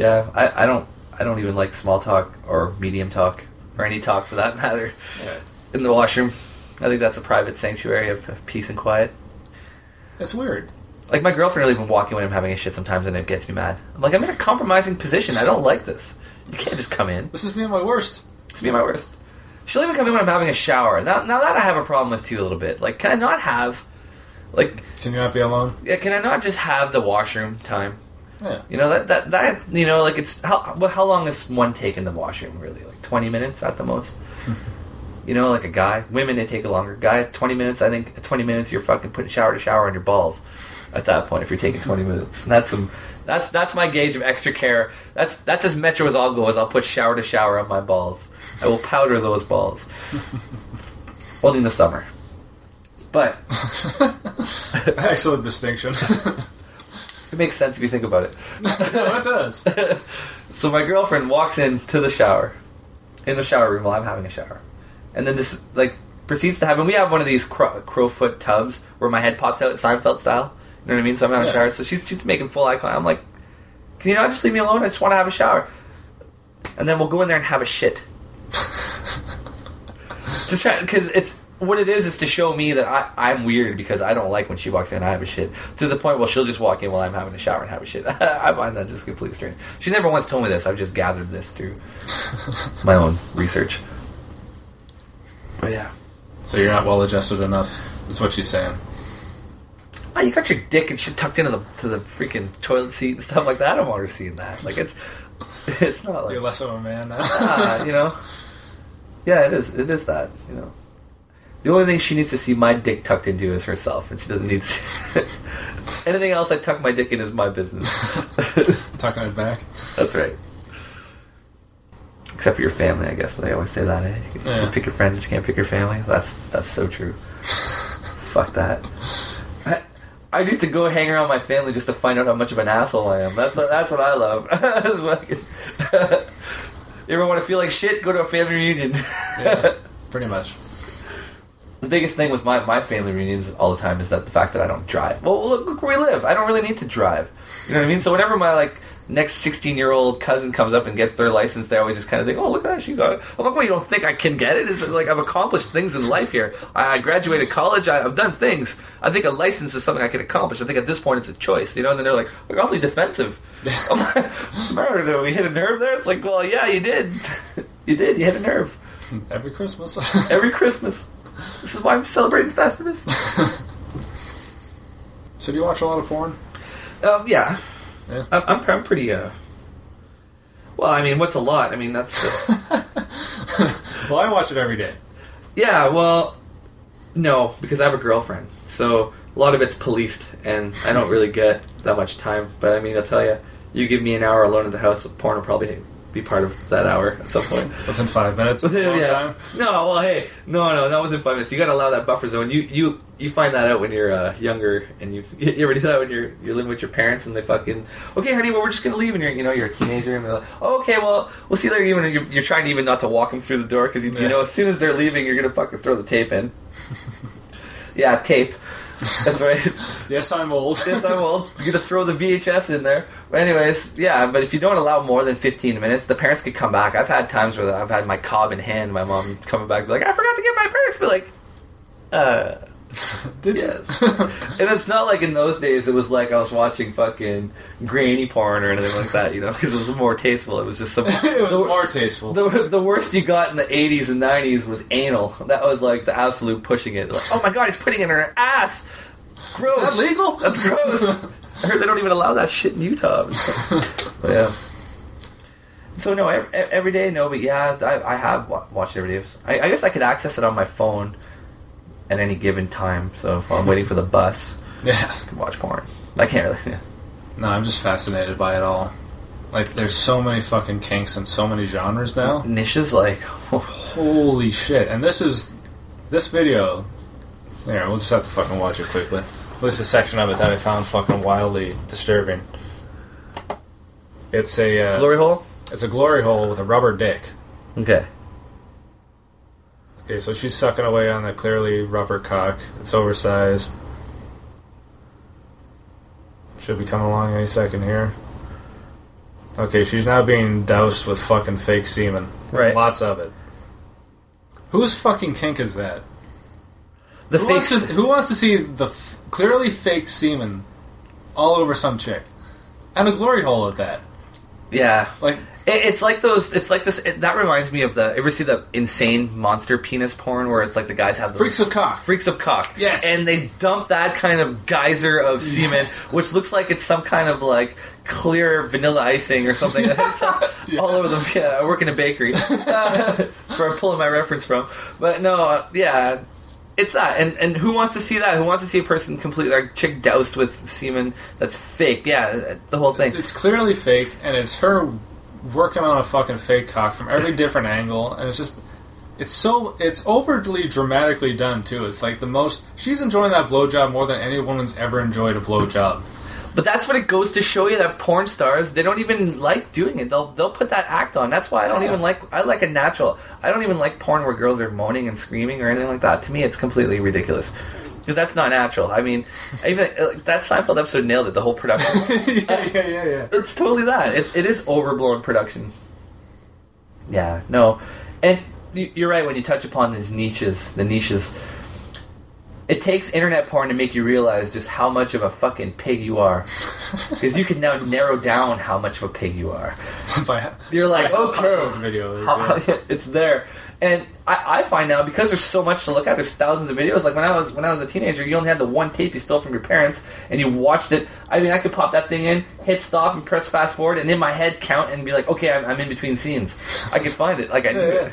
[SPEAKER 1] Yeah, I, I don't I don't even like small talk or medium talk or any talk for that matter
[SPEAKER 2] Yeah.
[SPEAKER 1] in the washroom. I think that's a private sanctuary of, of peace and quiet.
[SPEAKER 2] That's weird.
[SPEAKER 1] Like my girlfriend will even walk in when I'm having a shit sometimes, and it gets me mad. I'm like, I'm in a compromising position. I don't like this. You can't just come in.
[SPEAKER 2] This is me at my worst.
[SPEAKER 1] It's me at my worst. She'll even come in when I'm having a shower. Now, now that I have a problem with too a little bit. Like, can I not have, like,
[SPEAKER 2] Can you not be alone?
[SPEAKER 1] yeah, can I not just have the washroom time?
[SPEAKER 2] Yeah.
[SPEAKER 1] You know that that that you know like it's how well, how long is one take in the washroom really like twenty minutes at the most. you know, like a guy, women they take a longer. Guy, twenty minutes. I think at twenty minutes you're fucking putting shower to shower on your balls. At that point, if you're taking twenty minutes, and that's some that's that's my gauge of extra care. That's that's as metro as I'll go. Is I'll put shower to shower on my balls. I will powder those balls. Only in the summer, but
[SPEAKER 2] Excellent distinction.
[SPEAKER 1] it makes sense if you think about it.
[SPEAKER 2] no, it does.
[SPEAKER 1] So my girlfriend walks into the shower, in the shower room while I'm having a shower, and then this like proceeds to happen. We have one of these crow, crowfoot tubs where my head pops out Seinfeld style. You know what I mean? So I'm having
[SPEAKER 2] Yeah.
[SPEAKER 1] a shower. So she's she's making full eye contact. I'm like, can you not just leave me alone? I just want to have a shower. And then we'll go in there and have a shit. just try because it's what it is is to show me that I, I'm weird because I don't like when she walks in. I have a shit to the point where she'll just walk in while I'm having a shower and have a shit. I find that just completely strange. She never once told me this. I've just gathered this through my own research. But yeah,
[SPEAKER 2] So you're not well adjusted enough. That's what she's saying.
[SPEAKER 1] oh, you got your dick and shit tucked into the to the freaking toilet seat and stuff like that. I don't want her seeing that. Like it's it's not like
[SPEAKER 2] You're less of a man now.
[SPEAKER 1] ah, you know. Yeah, it is. It is that. You know. The only thing she needs to see my dick tucked into is herself, and she doesn't need to see anything else. I tuck my dick in is my business.
[SPEAKER 2] Tucking it back.
[SPEAKER 1] That's right. Except for your family, I guess they always say that. Eh? You can
[SPEAKER 2] Yeah.
[SPEAKER 1] pick your friends, but you can't pick your family. That's that's so true. Fuck that. I, I need to go hang around my family just to find out how much of an asshole I am. That's what, that's what I love. It's like- you ever want to feel like shit? Go to a family reunion.
[SPEAKER 2] Yeah, pretty much.
[SPEAKER 1] the biggest thing with my, my family reunions all the time is that the fact that I don't drive. Well, look, look where we live. I don't really need to drive. You know what I mean? So whenever my like next sixteen year old cousin comes up and gets their license, they always just kind of think, "Oh, look at that, she got it." I'm like, "Well, you don't think I can get it? It's like I've accomplished things in life here. I, I graduated college. I, I've done things. I think a license is something I can accomplish. I think at this point it's a choice, you know." And then they're like, "You're awfully defensive." I'm like, "What's the matter? Did we hit a nerve there?" It's like, "Well, yeah, you did. you did. You hit a nerve."
[SPEAKER 2] Every Christmas.
[SPEAKER 1] every Christmas. This is why I'm celebrating Festivus.
[SPEAKER 2] so do you watch a lot of porn?
[SPEAKER 1] um, yeah,
[SPEAKER 2] Yeah.
[SPEAKER 1] I'm, I'm, I'm pretty. Uh, well, I mean, what's a lot? I mean, that's
[SPEAKER 2] Well, I watch it every day.
[SPEAKER 1] yeah. Well, no, because I have a girlfriend, so a lot of it's policed, and I don't really get that much time. But I mean, I'll tell you, you give me an hour alone in the house, porn will probably be part of that hour at some point.
[SPEAKER 2] Within five minutes.
[SPEAKER 1] Within-
[SPEAKER 2] long
[SPEAKER 1] yeah.
[SPEAKER 2] time.
[SPEAKER 1] No, well, hey, no, no, that wasn't five minutes. You gotta allow that buffer zone. You, you, you find that out when you're uh, younger, and you, you ever do that when you're you're living with your parents and they fucking, okay, honey, well, we're just gonna leave, and you're, you know, you're a teenager, and they're like, "Oh, okay, well, we'll see you later. Even you're, you're trying to even not to walk them through the door because you, you
[SPEAKER 2] Yeah.
[SPEAKER 1] know, as soon as they're leaving, you're gonna fucking throw the tape in. yeah, tape. That's right.
[SPEAKER 2] Yes, I'm old.
[SPEAKER 1] Yes, I will. You're gonna throw the VHS in there. But anyways, yeah. But if you don't allow more than 15 minutes, the parents could come back. I've had times where I've had my cob in hand, my mom coming back, be like, "I forgot to get my parents." Be like, "Uh,
[SPEAKER 2] Did
[SPEAKER 1] Yes.
[SPEAKER 2] you?
[SPEAKER 1] and it's not like in those days it was like I was watching fucking granny porn or anything like that, you know, because it was more tasteful. It was just some.
[SPEAKER 2] it was more tasteful.
[SPEAKER 1] The, the worst you got in the 80s and 90s was anal. That was like the absolute pushing it. Like, oh my god, he's putting it in her ass! Gross!
[SPEAKER 2] Is that legal?
[SPEAKER 1] That's gross. I heard they don't even allow that shit in Utah. yeah. So no, every, every day no, but yeah, I, I have wa- watched every day. I, I guess I could access it on my phone at any given time. So if I'm waiting for the bus,
[SPEAKER 2] Yeah.
[SPEAKER 1] I can watch porn. I can't really. Yeah.
[SPEAKER 2] No, I'm just fascinated by it all. Like, there's so many fucking kinks and so many genres now.
[SPEAKER 1] Nisha's like,
[SPEAKER 2] Holy shit! And this is this video. There, we'll just have to fucking watch it quickly. This is a section of it that I found fucking wildly disturbing. It's a uh,
[SPEAKER 1] glory hole.
[SPEAKER 2] it's a glory hole with a rubber dick.
[SPEAKER 1] Okay.
[SPEAKER 2] Okay, so she's sucking away on a clearly rubber cock. It's oversized. Should be coming along any second here. Okay, she's now being doused with fucking fake semen.
[SPEAKER 1] Right.
[SPEAKER 2] Lots of it. Whose fucking kink is that?
[SPEAKER 1] The
[SPEAKER 2] Who,
[SPEAKER 1] fake.
[SPEAKER 2] wants, to, who wants to see the f- clearly fake semen all over some chick? And a glory hole at that.
[SPEAKER 1] yeah.
[SPEAKER 2] Like,
[SPEAKER 1] It, it's like those. It's like this. It, that reminds me of the. Ever see the insane monster penis porn where it's like the guys have the
[SPEAKER 2] freaks of cock.
[SPEAKER 1] freaks of cock.
[SPEAKER 2] Yes.
[SPEAKER 1] And they dump that kind of geyser of semen,
[SPEAKER 2] Yes.
[SPEAKER 1] which looks like it's some kind of like clear vanilla icing or something It's all over them. Yeah, I work in a bakery. That's where I'm pulling my reference from. But no, uh, yeah. It's that, and and who wants to see that? Who wants to see a person completely like chick doused with semen that's fake? Yeah, the whole thing.
[SPEAKER 2] It's clearly fake, and it's her working on a fucking fake cock from every different angle, and it's just. It's so. It's overtly dramatically done, too. It's like the most. She's enjoying that blowjob more than any woman's ever enjoyed a blowjob.
[SPEAKER 1] But that's what it goes to show you that porn stars they don't even like doing it. They'll they'll put that act on. That's why I don't
[SPEAKER 2] Yeah.
[SPEAKER 1] even like I like a natural. I don't even like porn where girls are moaning and screaming or anything like that. To me, it's completely ridiculous because that's not natural. I mean, even uh, that Seinfeld episode nailed it. The whole production.
[SPEAKER 2] yeah, yeah, yeah, yeah.
[SPEAKER 1] it's totally that. It, it is overblown production. Yeah, no, and you- you're right when you touch upon these niches. The niches. It takes internet porn to make you realize just how much of a fucking pig you are, because you can now narrow down how much of a pig you are.
[SPEAKER 2] By-
[SPEAKER 1] You're like,
[SPEAKER 2] by how
[SPEAKER 1] okay.
[SPEAKER 2] popular the video is.
[SPEAKER 1] How-
[SPEAKER 2] yeah.
[SPEAKER 1] it's there. And I, I find now because there's so much to look at, there's thousands of videos. Like when I was when I was a teenager, you only had the one tape you stole from your parents, and you watched it. I mean, I could pop that thing in, hit stop, and press fast forward, and in my head count and be like, okay, I'm, I'm in between scenes. I could find it. Like I knew
[SPEAKER 2] Yeah, yeah.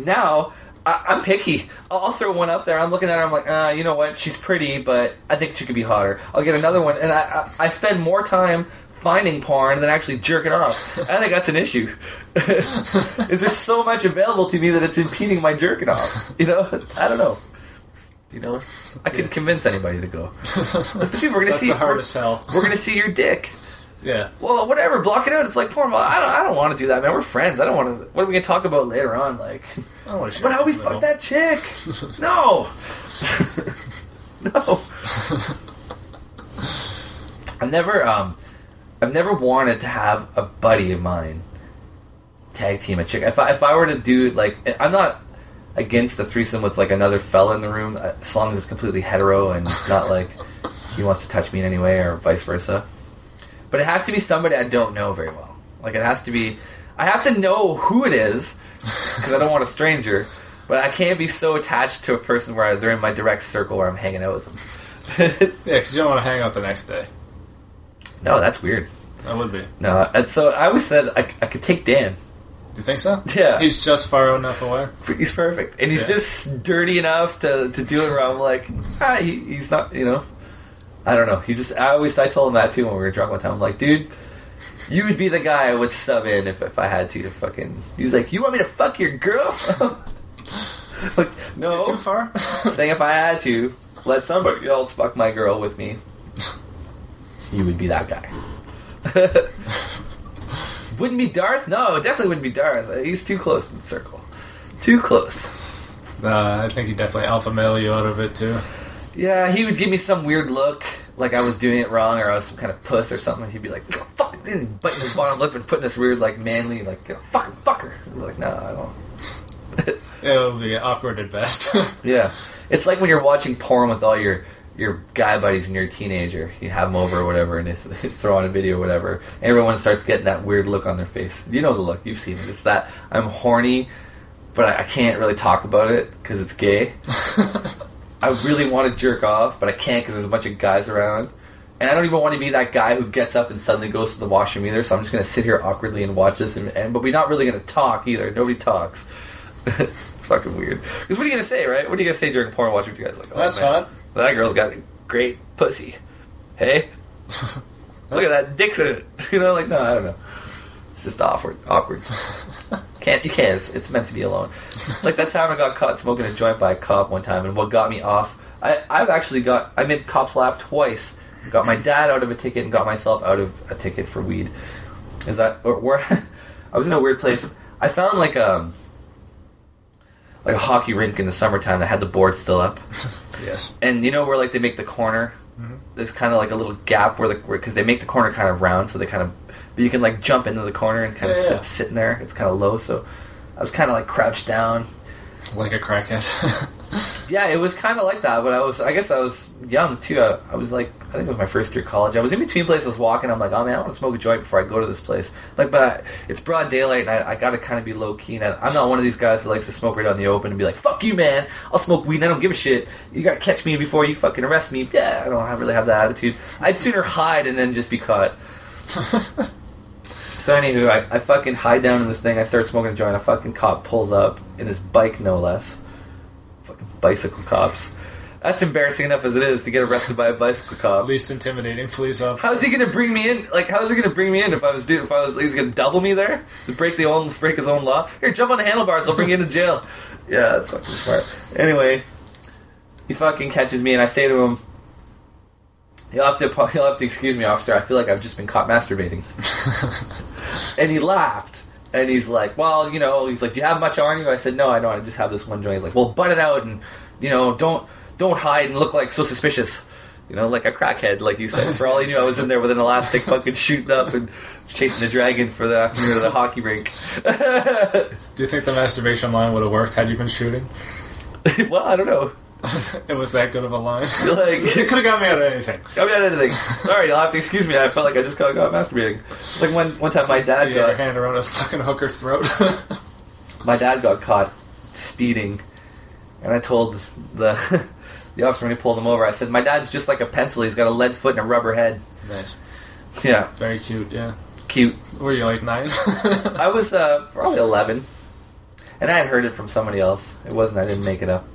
[SPEAKER 1] it. Now I, I'm picky. I'll, I'll throw one up there. I'm looking at her. I'm like, uh, you know what? She's pretty, but I think she could be hotter. I'll get another one, and I I, I spend more time. Finding porn than actually jerking off. I think that's an issue. is there so much available to me that it's impeding my jerking off? You know, I don't know. You know, I could convince anybody to go. But people are gonna
[SPEAKER 2] That's
[SPEAKER 1] see.
[SPEAKER 2] the
[SPEAKER 1] We're,
[SPEAKER 2] hardest sell.
[SPEAKER 1] we're gonna see your dick.
[SPEAKER 2] Yeah.
[SPEAKER 1] Well, whatever. Block it out. It's like porn. Well, I don't. I don't want to do that, man. We're friends. I don't want to. What are we gonna talk about later on? Like,
[SPEAKER 2] I don't want to share
[SPEAKER 1] but how we
[SPEAKER 2] this
[SPEAKER 1] fuck
[SPEAKER 2] with
[SPEAKER 1] that chick? No. no. I've never um I've never wanted to have a buddy of mine tag team a chick. If I if I were to do like I'm not against a threesome with like another fella in the room uh, as long as it's completely hetero and it's not like he wants to touch me in any way or vice versa. But it has to be somebody I don't know very well. Like it has to be I have to know who it is because I don't want a stranger. But I can't be so attached to a person where they're in my direct circle where I'm hanging out with them.
[SPEAKER 2] them. Yeah, because you don't want to hang out the next day.
[SPEAKER 1] no, that's weird.
[SPEAKER 2] That would be. Do
[SPEAKER 1] No, and so I always said I, I could take Dan.
[SPEAKER 2] you think so?
[SPEAKER 1] Yeah.
[SPEAKER 2] He's just far enough away.
[SPEAKER 1] He's perfect, and he's
[SPEAKER 2] Yeah.
[SPEAKER 1] just dirty enough to, to do it. Where I'm like, ah, he, he's not, you know. I don't know. He just. I always I told him that too when we were drunk one time. I'm like, dude, you would be the guy I would sub in if, if I had to to fucking. He was like, you want me to fuck your girl? like, no.
[SPEAKER 2] Too far?
[SPEAKER 1] saying if I had to let somebody else fuck my girl with me, you would be that guy. wouldn't be Darth? No, it definitely wouldn't be Darth. He's too close to the circle. Too close.
[SPEAKER 2] Nah, I think he definitely alpha male you out of it, too.
[SPEAKER 1] Yeah, he would give me some weird look, like I was doing it wrong or I was some kind of puss or something. He'd be like, "Go fuck, it," and biting his bottom lip and putting this weird, like, manly, like, "Go fuck, fucker. I'm like, no, I don't.
[SPEAKER 2] It would be awkward at best.
[SPEAKER 1] Yeah, it's like when you're watching porn with all your your guy buddies and you're a teenager. You have them over or whatever, and they they throw on a video or whatever. Everyone starts getting that weird look on their face. You know the look. You've seen it. It's that I'm horny, but I, I can't really talk about it because it's gay. I really want to jerk off, but I can't because there's a bunch of guys around. And I don't even want to be that guy who gets up and suddenly goes to the washroom either. So I'm just going to sit here awkwardly and watch this. And, and but we're not really going to talk either. Nobody talks. it's fucking weird. Because what are you going to say, right? What are you going to say during porn watching? You guys like, oh,
[SPEAKER 2] That's
[SPEAKER 1] man,
[SPEAKER 2] hot.
[SPEAKER 1] That girl's got great pussy. Hey, look at that dick's in it. You know, like no, I don't know. It's just awkward. Awkward. Can't you can't? It's, it's meant to be alone. Like that time I got caught smoking a joint by a cop one time, and what got me off? I I've actually got I made cops laugh twice. Got my dad out of a ticket and got myself out of a ticket for weed. Is that or where? I was in a weird place. I found like um like a hockey rink in the summertime that had the board still up
[SPEAKER 2] Yes.
[SPEAKER 1] and you know where like they make the corner
[SPEAKER 2] Mm-hmm.
[SPEAKER 1] there's kind of like a little gap where the because they make the corner kind of round so they kind of but you can like jump into the corner and kind of
[SPEAKER 2] Yeah,
[SPEAKER 1] sit
[SPEAKER 2] yeah.
[SPEAKER 1] sitting there it's kind of low so i was kind of like crouched down
[SPEAKER 2] Like a crackhead.
[SPEAKER 1] yeah it was kind of like that but i was i guess i was young too I, I was like i think it was my first year of college i was in between places walking i'm like oh man i want to smoke a joint before i go to this place like but I, it's broad daylight and i, I gotta kind of be low key and I, i'm not one of these guys that likes to smoke right out in the open and be like fuck you man i'll smoke weed and i don't give a shit you gotta catch me before you fucking arrest me yeah i don't have, really have that attitude i'd sooner hide and then just be caught so anywho, I, I fucking hide down in this thing. I start smoking a joint. A fucking cop pulls up in his bike, no less. Fucking bicycle cops. That's embarrassing enough as it is to get arrested by a bicycle cop.
[SPEAKER 2] Least intimidating police officer.
[SPEAKER 1] How's he gonna bring me in? Like, how's he gonna bring me in if I was dude? If I was, he's gonna double me there to break the own, break his own law. Here, jump on the handlebars. I'll bring you into jail. Yeah, that's fucking smart. Anyway, he fucking catches me, and I say to him, "You'll have to, apo- you'll have to excuse me, officer. I feel like I've just been caught masturbating." and he laughed. And he's like, well, you know, he's like, do you have much on you? I said, no, I don't. I just have this one joint. He's like, well, butt it out and, you know, don't don't hide and look like so suspicious. You know, like a crackhead, like you said. For all he knew, I was in there with an elastic fucking shooting up and chasing the dragon for the afternoon at the hockey rink.
[SPEAKER 2] Do you think the masturbation line would have worked had you been shooting?
[SPEAKER 1] well, I don't know.
[SPEAKER 2] it was that good of a line.
[SPEAKER 1] Like,
[SPEAKER 2] it could have got me out of anything.
[SPEAKER 1] I mean, I didn't think. Sorry, you'll have to excuse me. I felt like I just got, got masturbating. It's like one one time my dad
[SPEAKER 2] You got your
[SPEAKER 1] got
[SPEAKER 2] hand around a fucking hooker's throat.
[SPEAKER 1] my dad got caught speeding, and I told the the officer when he pulled him over. I said, my dad's just like a pencil. He's got a lead foot and a rubber head.
[SPEAKER 2] nice.
[SPEAKER 1] Yeah,
[SPEAKER 2] Very cute, yeah.
[SPEAKER 1] cute.
[SPEAKER 2] Were you like nine?
[SPEAKER 1] I was uh, probably 11, and I had heard it from somebody else. It wasn't. I didn't make it up.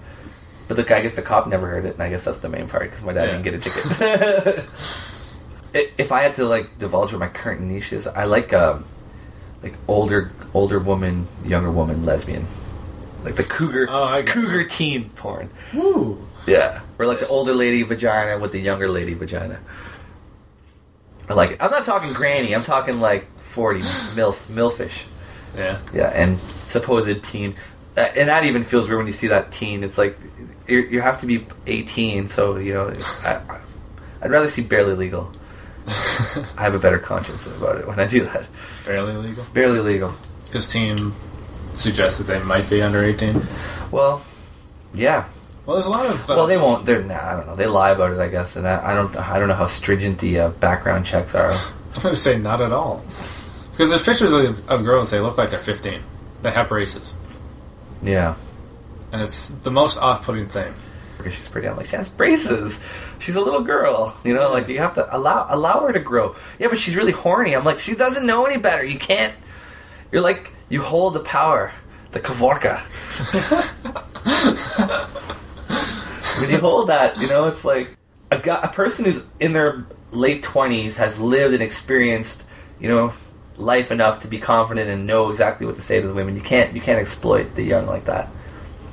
[SPEAKER 1] But the, I guess the cop never heard it, and I guess that's the main part because my dad
[SPEAKER 2] Yeah.
[SPEAKER 1] didn't get a ticket. I- if I had to like divulge what my current niche is, I like um, like older older woman, younger woman, lesbian, like the cougar
[SPEAKER 2] Oh, I get
[SPEAKER 1] cougar teen porn.
[SPEAKER 2] Woo!
[SPEAKER 1] Yeah, or like the older lady vagina with the younger lady vagina. I like it. I'm not talking granny. I'm talking like 40 milf milfish.
[SPEAKER 2] Yeah.
[SPEAKER 1] Yeah, and supposed teen. That, and that even feels weird when you see that teen. It's like you you have to be 18, so you know. I, I- I'd rather see barely legal. I have a better conscience about it when I do that.
[SPEAKER 2] Barely legal.
[SPEAKER 1] Barely legal.
[SPEAKER 2] Because teen suggests that they might be under 18.
[SPEAKER 1] Well, yeah.
[SPEAKER 2] Well, there's a lot of. Uh,
[SPEAKER 1] Well, they won't. They're nah. I don't know. They lie about it, I guess. And I, I don't. I don't know how stringent the uh, background checks are.
[SPEAKER 2] I'm going to say not at all. Because there's pictures of, of girls, they look like they're 15. They have braces.
[SPEAKER 1] Yeah.
[SPEAKER 2] And it's the most off putting thing.
[SPEAKER 1] Because she's pretty. I'm like, she has braces. She's a little girl. You know, like you have to allow allow her to grow. Yeah, but she's really horny. I'm like, she doesn't know any better. You can't. You're like, you hold the power, the Kavorka. when you hold that, you know, it's like a guy, a person who's in their late twenties has lived and experienced, you know, life enough to be confident and know exactly what to say to the women. You can't you can't exploit the young like that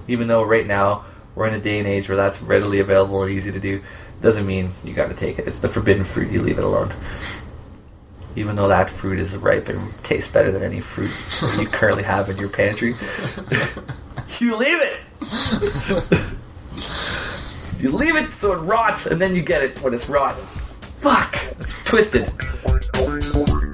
[SPEAKER 1] even though right now we're in a day and age where that's readily available and easy to do, doesn't mean you got to take it. It's the forbidden fruit. You leave it alone. Even though that fruit is ripe and tastes better than any fruit that you currently have in your pantry, you leave it. you leave it so it rots, and then you get it when it's rotten. Fuck, it's twisted.
[SPEAKER 3] Thank you.